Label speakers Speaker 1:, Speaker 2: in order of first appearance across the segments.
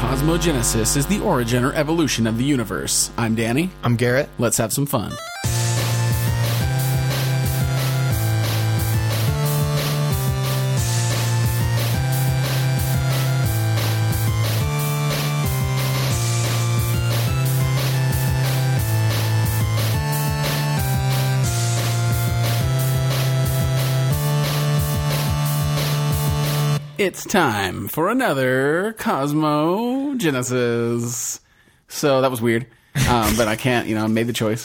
Speaker 1: Hologenesis is the origin or evolution of the universe. I'm Danny.
Speaker 2: I'm Garrett.
Speaker 1: Let's have some fun. It's time for another Cosmogenesis. So that was weird, um, but I can't, you know, I made the choice.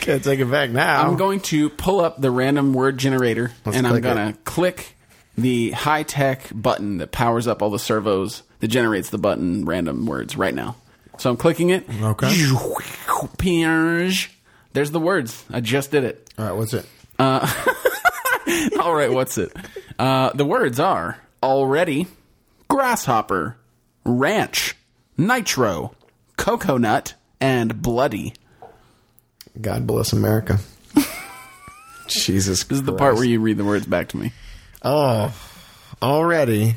Speaker 2: Can't take it back now.
Speaker 1: I'm going to pull up the random word generator
Speaker 2: Oh. Let's
Speaker 1: and I'm
Speaker 2: click
Speaker 1: going to click the high tech button that powers up all the servos that generates the button random words right now. So I'm clicking it.
Speaker 2: Okay.
Speaker 1: Piange. There's the words. I just did it.
Speaker 2: All right, what's it?
Speaker 1: All right, what's it? Uh, the words are already, grasshopper, ranch, nitro, coconut, and bloody.
Speaker 2: God bless America. Jesus
Speaker 1: This is the part where you read the words back to me.
Speaker 2: Oh, already.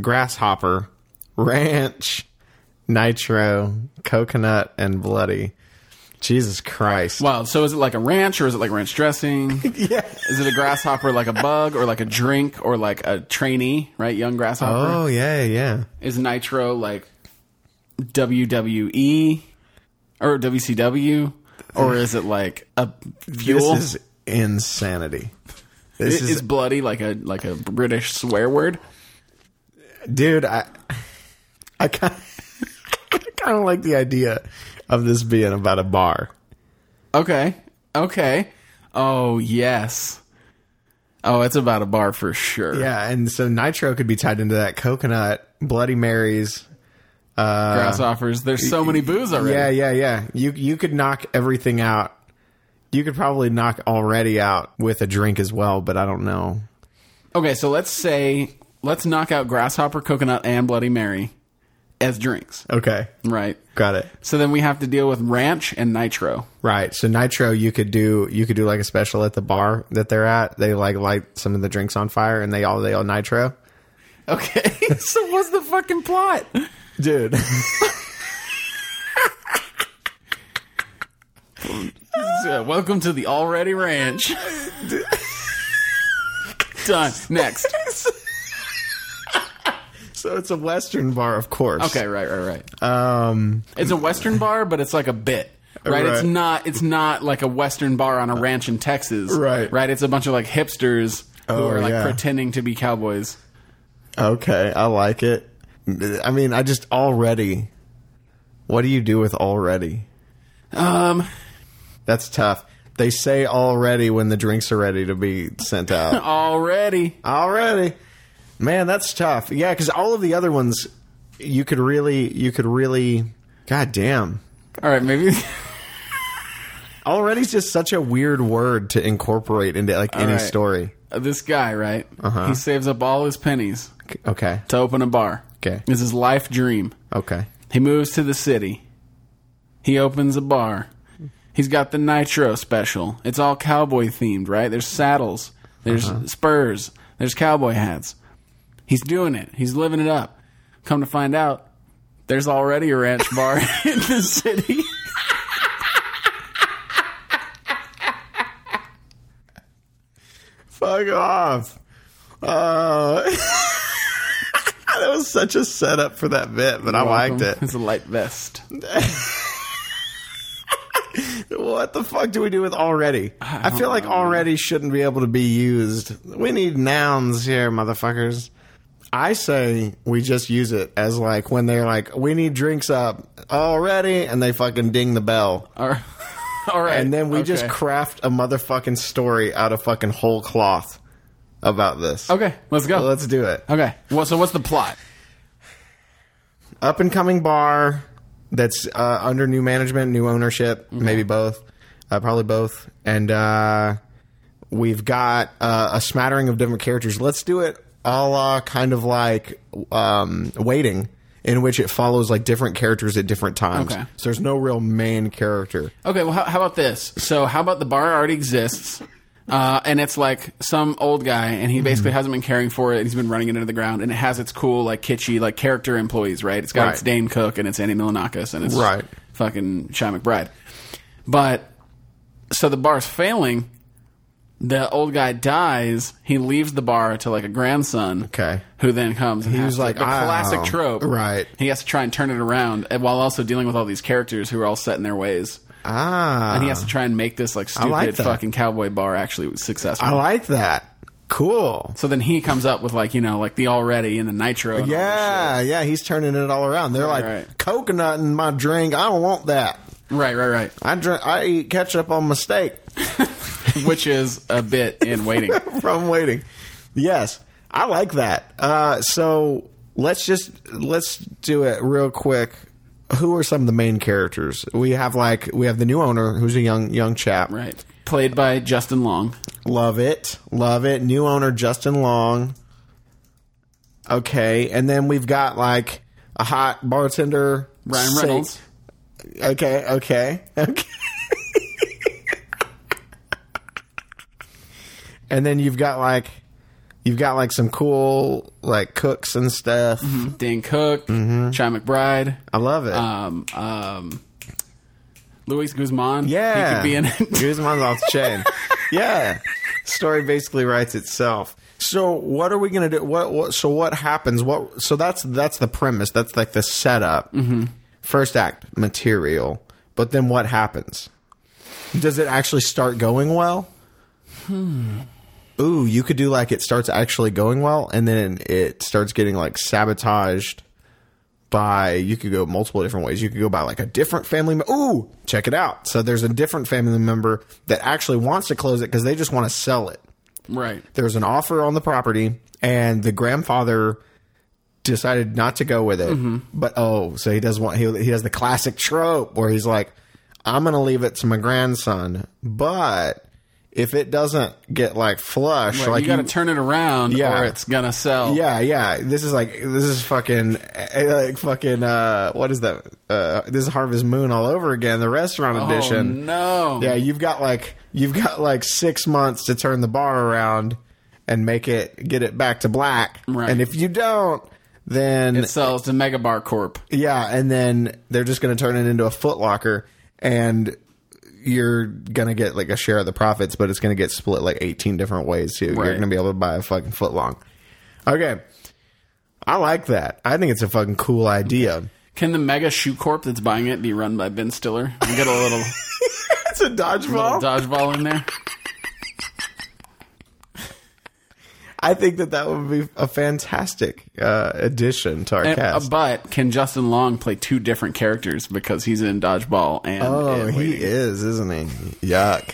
Speaker 2: Grasshopper, ranch, nitro, coconut, and bloody. Jesus Christ.
Speaker 1: Wow. So is it like a ranch or is it like ranch dressing?
Speaker 2: Yeah.
Speaker 1: Is it a grasshopper like a bug or like a drink or like a trainee, right? Young grasshopper.
Speaker 2: Oh, yeah, yeah.
Speaker 1: Is nitro like WWE or WCW? Or is it like a fuel?
Speaker 2: This is insanity. This
Speaker 1: is,
Speaker 2: is,
Speaker 1: is bloody like a like a British swear word?
Speaker 2: dude, I, I kind of like the idea of this being about a bar.
Speaker 1: Okay. Okay. Oh yes. Oh, it's about a bar for sure.
Speaker 2: Yeah, and so nitro could be tied into that coconut, Bloody Marys.
Speaker 1: Grasshoppers. There's so many booze already.
Speaker 2: Yeah, yeah, yeah. You you could knock everything out. You could probably knock already out with a drink as well, but I don't know.
Speaker 1: Okay, so let's say let's knock out grasshopper, coconut, and Bloody Mary as drinks,
Speaker 2: Okay,
Speaker 1: right?
Speaker 2: got it.
Speaker 1: So then we have to deal with ranch and nitro.
Speaker 2: Right. So nitro, you could do you could do like a special at the bar that they're at. They like light some of the drinks on fire, and they all they all nitro.
Speaker 1: Okay, so what's the fucking plot?
Speaker 2: Dude,
Speaker 1: So, welcome to the already ranch. Done. Next.
Speaker 2: so it's a western bar, of course.
Speaker 1: Okay, right, right, right.
Speaker 2: Um.
Speaker 1: It's a western bar, but it's like a bit. Right? it's
Speaker 2: Right.
Speaker 1: not. It's not like a western bar on a ranch in Texas.
Speaker 2: Right.
Speaker 1: right. It's a bunch of like hipsters who
Speaker 2: Oh,
Speaker 1: are like
Speaker 2: yeah.
Speaker 1: pretending to be cowboys.
Speaker 2: Okay, I like it. I mean, I just already. What do you do with already?
Speaker 1: Um,
Speaker 2: That's tough. They say already when the drinks are ready to be sent out.
Speaker 1: already.
Speaker 2: already, man, that's tough. Yeah, because all of the other ones, you could really, you could really. God damn.
Speaker 1: All right, maybe.
Speaker 2: Already's just such a weird word to incorporate into like any
Speaker 1: right.
Speaker 2: story.
Speaker 1: Uh, this guy, right?
Speaker 2: Uh-huh.
Speaker 1: He saves up all his pennies
Speaker 2: Okay.
Speaker 1: to open a bar.
Speaker 2: Okay.
Speaker 1: It's his life dream.
Speaker 2: Okay.
Speaker 1: He moves to the city. He opens a bar. He's got the Nitro special. It's all cowboy themed, right? There's saddles, there's
Speaker 2: Uh-huh.
Speaker 1: spurs, there's cowboy hats. He's doing it. He's living it up. Come to find out, there's already a ranch bar in the city.
Speaker 2: Fuck off. Uh, that was such a setup for that bit, but I liked it.
Speaker 1: It's a light vest.
Speaker 2: What the fuck do we do with already? I, feel like already shouldn't be able to be used. We need nouns here, motherfuckers. I say we just use it as like when they're like, we need drinks up already, and they fucking ding the bell.
Speaker 1: All right. All right.
Speaker 2: And then we just
Speaker 1: Okay.
Speaker 2: craft a motherfucking story out of fucking whole cloth about this.
Speaker 1: Okay, let's go.
Speaker 2: Let's do it.
Speaker 1: Okay. Well, so what's the plot?
Speaker 2: up and coming bar that's uh, under new management, new ownership,
Speaker 1: Mm-hmm.
Speaker 2: maybe both, uh, probably both. And uh, we've got uh, a smattering of different characters. Let's do it a la kind of like um, waiting. In which it follows like different characters at different times.
Speaker 1: Okay.
Speaker 2: So there's no real main character.
Speaker 1: Okay, well, how, how about this? So, how about the bar already exists? Uh, and it's like some old guy, and he basically hasn't been caring for it, and he's been running it into the ground. And it has its cool, like kitschy, like character employees, right? It's got
Speaker 2: Right.
Speaker 1: its Dane Cook and it's Annie Milanakis and it's
Speaker 2: Right.
Speaker 1: fucking Shy McBride. But so the bar's failing. The old guy dies. He leaves the bar to like a grandson.
Speaker 2: Okay.
Speaker 1: Who then comes? And he
Speaker 2: was like,
Speaker 1: the classic
Speaker 2: "Oh,
Speaker 1: trope,
Speaker 2: right.
Speaker 1: He has to try and turn it around, and while also dealing with all these characters who are all set in their ways.
Speaker 2: Ah.
Speaker 1: And he has to try and make this like stupid
Speaker 2: like that.
Speaker 1: fucking cowboy bar actually successful.
Speaker 2: I like that. Cool.
Speaker 1: so then he comes up with like you know like the already and the nitro. And all
Speaker 2: Yeah, yeah, he's turning it all around. They're like
Speaker 1: right.
Speaker 2: coconut in my drink. I don't want that.
Speaker 1: this shit. right, right,
Speaker 2: I drink. I eat ketchup on mistake
Speaker 1: right. Which is a bit in waiting.
Speaker 2: from waiting. Yes, I like that. Uh, so let's just let's do it real quick. Who are some of the main characters? We have like we have the new owner who's a young young chap.
Speaker 1: Right, played by Justin Long.
Speaker 2: Love it. Love it. New owner Justin Long. Okay, and then we've got like a hot bartender
Speaker 1: Ryan
Speaker 2: Sa-
Speaker 1: Reynolds.
Speaker 2: Okay, okay. Okay. and then you've got like you've got like some cool like cooks and stuff.
Speaker 1: Dane mm-hmm. Cook,
Speaker 2: Mm-hmm.
Speaker 1: Chai McBride,
Speaker 2: I love it.
Speaker 1: um, um, Luis Guzman.
Speaker 2: yeah.
Speaker 1: he could be in it.
Speaker 2: Guzman's off the chain. yeah. Story basically writes itself. So what are we going to do? What, what? So what happens? What? So that's that's the premise. That's like the setup.
Speaker 1: Mm-hmm.
Speaker 2: First act material. But then what happens? Does it actually start going well?
Speaker 1: Hmm.
Speaker 2: Ooh, you could do like it starts actually going well, and then it starts getting like sabotaged by you could go multiple different ways. You could go by like a different family. Me- Ooh, check it out. So there's a different family member that actually wants to close it because they just want to sell it.
Speaker 1: right.
Speaker 2: There's an offer on the property, and the grandfather decided not to go with it.
Speaker 1: Mm-hmm.
Speaker 2: But oh, so he does want he he does the classic trope where he's like, "I'm going to leave it to my grandson," but if it doesn't get like flush,
Speaker 1: Right,
Speaker 2: like
Speaker 1: you got to
Speaker 2: you-
Speaker 1: turn it around,
Speaker 2: Yeah.
Speaker 1: or it's gonna sell.
Speaker 2: yeah, yeah. This is like this is fucking eh, like fucking uh what is that? Uh this is Harvest Moon all over again, the restaurant
Speaker 1: Oh,
Speaker 2: edition.
Speaker 1: no.
Speaker 2: Yeah, you've got like you've got like 6 months to turn the bar around and make it get it back to black.
Speaker 1: Right.
Speaker 2: And if you don't, then
Speaker 1: It sells to Megabar Corp.
Speaker 2: yeah, and then they're just going to turn it into a Foot Locker and you're going to get like a share of the profits, but it's going to get split like 18 different ways too. You're
Speaker 1: Right.
Speaker 2: going to be able to buy a fucking foot long. Okay. I like that. I think it's a fucking cool idea.
Speaker 1: Can the mega shoe corp that's buying it be run by Ben Stiller? We get a little,
Speaker 2: It's a
Speaker 1: little
Speaker 2: dodgeball.
Speaker 1: dodgeball in there.
Speaker 2: I think that that would be a fantastic uh, addition to our
Speaker 1: And- uh,
Speaker 2: cast.
Speaker 1: but can Justin Long play two different characters because he's in dodgeball and?
Speaker 2: oh,
Speaker 1: and
Speaker 2: he
Speaker 1: waiting?
Speaker 2: is, isn't he? Yuck.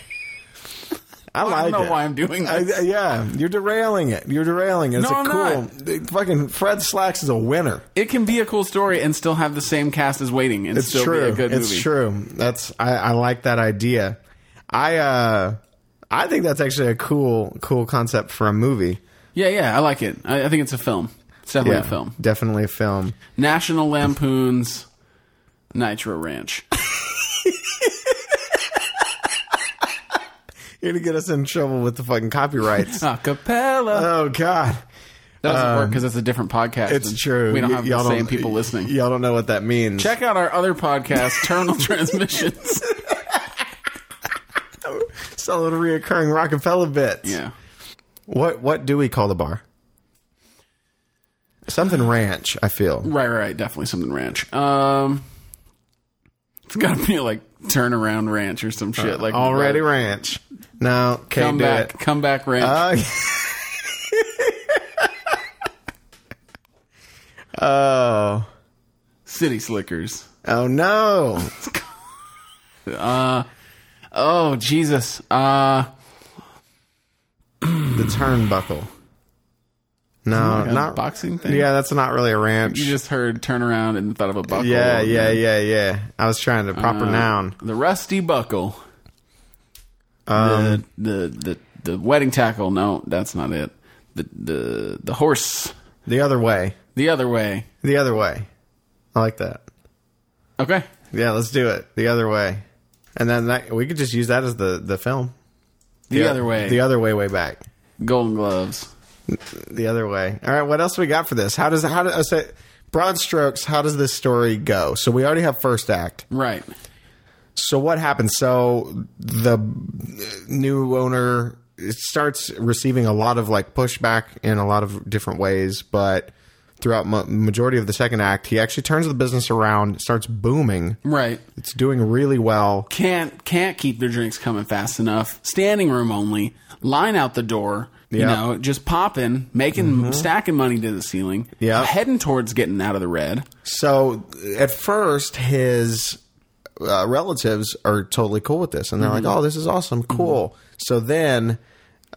Speaker 2: I like
Speaker 1: I don't know
Speaker 2: it.
Speaker 1: why I'm doing
Speaker 2: I,
Speaker 1: this.
Speaker 2: I- yeah, you're derailing it. You're derailing it. It's
Speaker 1: No,
Speaker 2: a
Speaker 1: I'm
Speaker 2: cool
Speaker 1: not.
Speaker 2: the- fucking Fred Slacks is a winner.
Speaker 1: it can be a cool story and still have the same cast as Waiting and
Speaker 2: It's
Speaker 1: still
Speaker 2: true.
Speaker 1: be a good
Speaker 2: it's
Speaker 1: movie.
Speaker 2: true. That's I, I like that idea. I uh I think that's actually a cool cool concept for a movie.
Speaker 1: Yeah, yeah, I like it. I, I think it's a film. It's definitely a film.
Speaker 2: Definitely a film.
Speaker 1: National Lampoon's Nitro Ranch.
Speaker 2: You're gonna get us in trouble with the fucking copyrights.
Speaker 1: Acapella.
Speaker 2: oh god.
Speaker 1: That doesn't work because it's a different podcast.
Speaker 2: Um, It's
Speaker 1: and
Speaker 2: true.
Speaker 1: We don't
Speaker 2: Y-
Speaker 1: have
Speaker 2: y'all
Speaker 1: the same
Speaker 2: don't-
Speaker 1: people listening.
Speaker 2: Y'all don't know what that means.
Speaker 1: Check out our other podcast, Terminal Transmissions.
Speaker 2: it's a little reoccurring Rockefeller bits.
Speaker 1: Yeah.
Speaker 2: What what do we call the bar? Something ranch, I feel.
Speaker 1: Right, right, right. Definitely something ranch. Um, it's got to be like turnaround ranch or some shit. Like
Speaker 2: Uh, Already ranch. No, can't
Speaker 1: come
Speaker 2: do
Speaker 1: back,
Speaker 2: it.
Speaker 1: come back ranch.
Speaker 2: Uh, oh,
Speaker 1: City Slickers.
Speaker 2: oh no!
Speaker 1: Oh Jesus. Uh,
Speaker 2: The turnbuckle. No,
Speaker 1: a
Speaker 2: not
Speaker 1: boxing thing.
Speaker 2: Yeah, that's not really a ranch.
Speaker 1: You just heard turnaround and thought of a buckle.
Speaker 2: yeah, yeah, yeah, yeah. I was trying to
Speaker 1: Uh.
Speaker 2: proper noun.
Speaker 1: The rusty buckle. Um, the, the the the wedding tackle. No, that's not it. The the the horse.
Speaker 2: The other way.
Speaker 1: The other way.
Speaker 2: The other way. I like that.
Speaker 1: Okay.
Speaker 2: Yeah, let's do it. The other way. And then that, we could just use that as the the film.
Speaker 1: The other way.
Speaker 2: The other way, way back.
Speaker 1: Golden Gloves.
Speaker 2: The other way. All right. What else we got for this? How does how does say broad strokes? How does this story go? So we already have first act.
Speaker 1: Right.
Speaker 2: So what happens? So the uh, new owner starts receiving a lot of like pushback in a lot of different ways, but throughout ma- majority of the second act, he actually turns the business around, starts booming.
Speaker 1: Right.
Speaker 2: It's doing really well.
Speaker 1: Can't can't keep their drinks coming fast enough. Standing room only. Line out the door. You
Speaker 2: Yeah. Mm-hmm.
Speaker 1: know, just popping, making stacking money to the ceiling.
Speaker 2: Yeah.
Speaker 1: Heading towards getting out of the red.
Speaker 2: So at first, his uh, relatives are totally cool with this, and they're like, "Oh, this is awesome, cool." So then,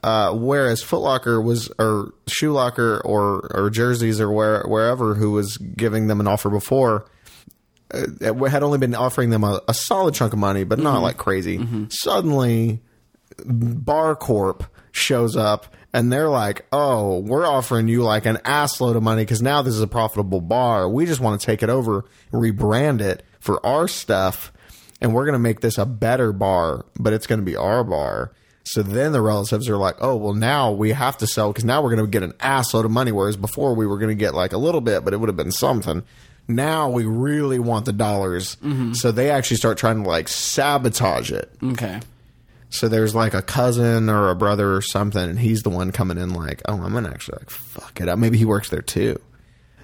Speaker 2: uh, whereas Foot Locker was or Shoe Locker or or Jerseys or where wherever who was giving them an offer before. Uh, had only been offering them a, a solid chunk of money, but not like crazy. Suddenly, Bar Corp shows up and they're like, "Oh, we're offering you like an assload of money because now this is a profitable bar. We just want to take it over, rebrand it for our stuff, and we're going to make this a better bar, but it's going to be our bar." So then the relatives are like, "Oh, well now we have to sell because now we're going to get an assload of money, whereas before we were going to get like a little bit, but it would have been something." Now we really want the dollars, so they actually start trying to like sabotage it.
Speaker 1: Okay.
Speaker 2: So there's like a cousin or a brother or something, and he's the one coming in like, "Oh, I'm gonna actually like fuck it up." Maybe he works there too,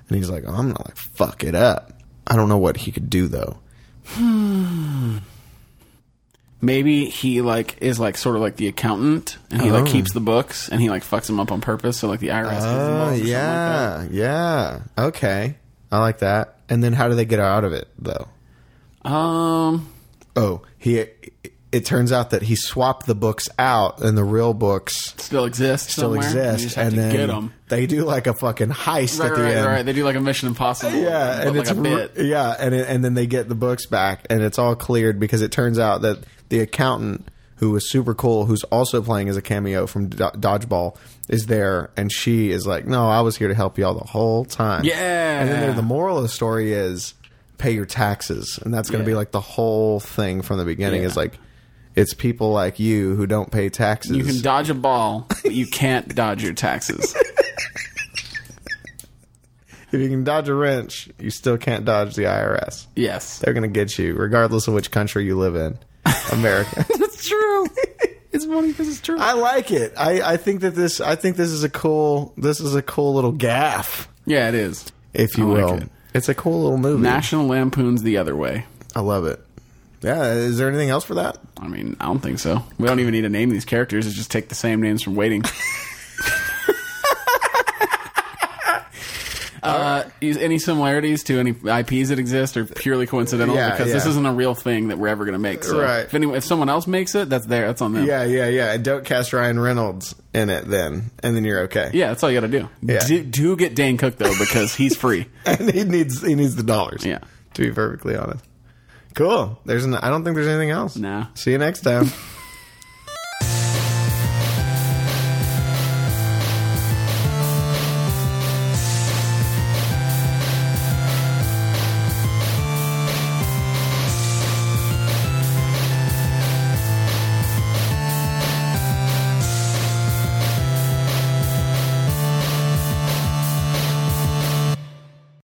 Speaker 2: and he's like, oh, "I'm gonna like fuck it up." I don't know what he could do though.
Speaker 1: Maybe he like is like sort of like the accountant, and he like
Speaker 2: Oh.
Speaker 1: keeps the books, and he like fucks them up on purpose, so like the IRS. gets involved or
Speaker 2: Oh
Speaker 1: something like that.
Speaker 2: yeah, yeah, okay, I like that. And then how do they get out of it though?
Speaker 1: Um.
Speaker 2: Oh, he. It turns out that he swapped the books out, and the real books
Speaker 1: still exists.
Speaker 2: still
Speaker 1: somewhere. You
Speaker 2: exist.
Speaker 1: just have
Speaker 2: And
Speaker 1: to
Speaker 2: then
Speaker 1: get them.
Speaker 2: they do like a fucking heist
Speaker 1: Right,
Speaker 2: at the
Speaker 1: right,
Speaker 2: end.
Speaker 1: right. They do like a Mission Impossible.
Speaker 2: yeah,
Speaker 1: but
Speaker 2: and
Speaker 1: like
Speaker 2: it's
Speaker 1: a
Speaker 2: re-
Speaker 1: bit.
Speaker 2: yeah, and it, and then they get the books back, and it's all cleared because it turns out that the accountant who was super cool, who's also playing as a cameo from Do- Dodgeball, is there, and she is like, "No, I was here to help y'all the whole time."
Speaker 1: Yeah.
Speaker 2: and then there- the moral of the story is pay your taxes, and that's going to
Speaker 1: Yeah.
Speaker 2: be like the whole thing from the beginning
Speaker 1: Yeah.
Speaker 2: is like. It's people like you who don't pay taxes.
Speaker 1: You can dodge a ball, but you can't dodge your taxes.
Speaker 2: if you can dodge a wrench, you still can't dodge the IRS.
Speaker 1: Yes,
Speaker 2: They're going to get you, regardless of which country you live in. America.
Speaker 1: it's true. It's funny because it's true.
Speaker 2: I like it. I, I think that this I think this is a cool this is a cool little gaff,
Speaker 1: yeah, it is.
Speaker 2: if you
Speaker 1: I like
Speaker 2: will.
Speaker 1: it.
Speaker 2: It's a cool little movie.
Speaker 1: National Lampoon's the other way.
Speaker 2: I love it. Yeah, is there anything else for that?
Speaker 1: I mean, I don't think so. We don't even need to name these characters. It's just take the same names from Waiting. Uh, is any similarities to any IPs that exist are purely coincidental
Speaker 2: Yeah,
Speaker 1: because this
Speaker 2: yeah.
Speaker 1: isn't a real thing that we're ever going to make. So
Speaker 2: Right.
Speaker 1: If, anyone, if someone else makes it, that's there. That's on them.
Speaker 2: Yeah, yeah, yeah. And Don't cast Ryan Reynolds in it then, and then you're okay.
Speaker 1: Yeah, that's all you got to do.
Speaker 2: Yeah.
Speaker 1: do. Do get Dane Cook though because he's free.
Speaker 2: And he needs he needs the dollars.
Speaker 1: Yeah.
Speaker 2: To be perfectly honest. Cool. There's an, I don't think there's anything else.
Speaker 1: Nah.
Speaker 2: See you next time.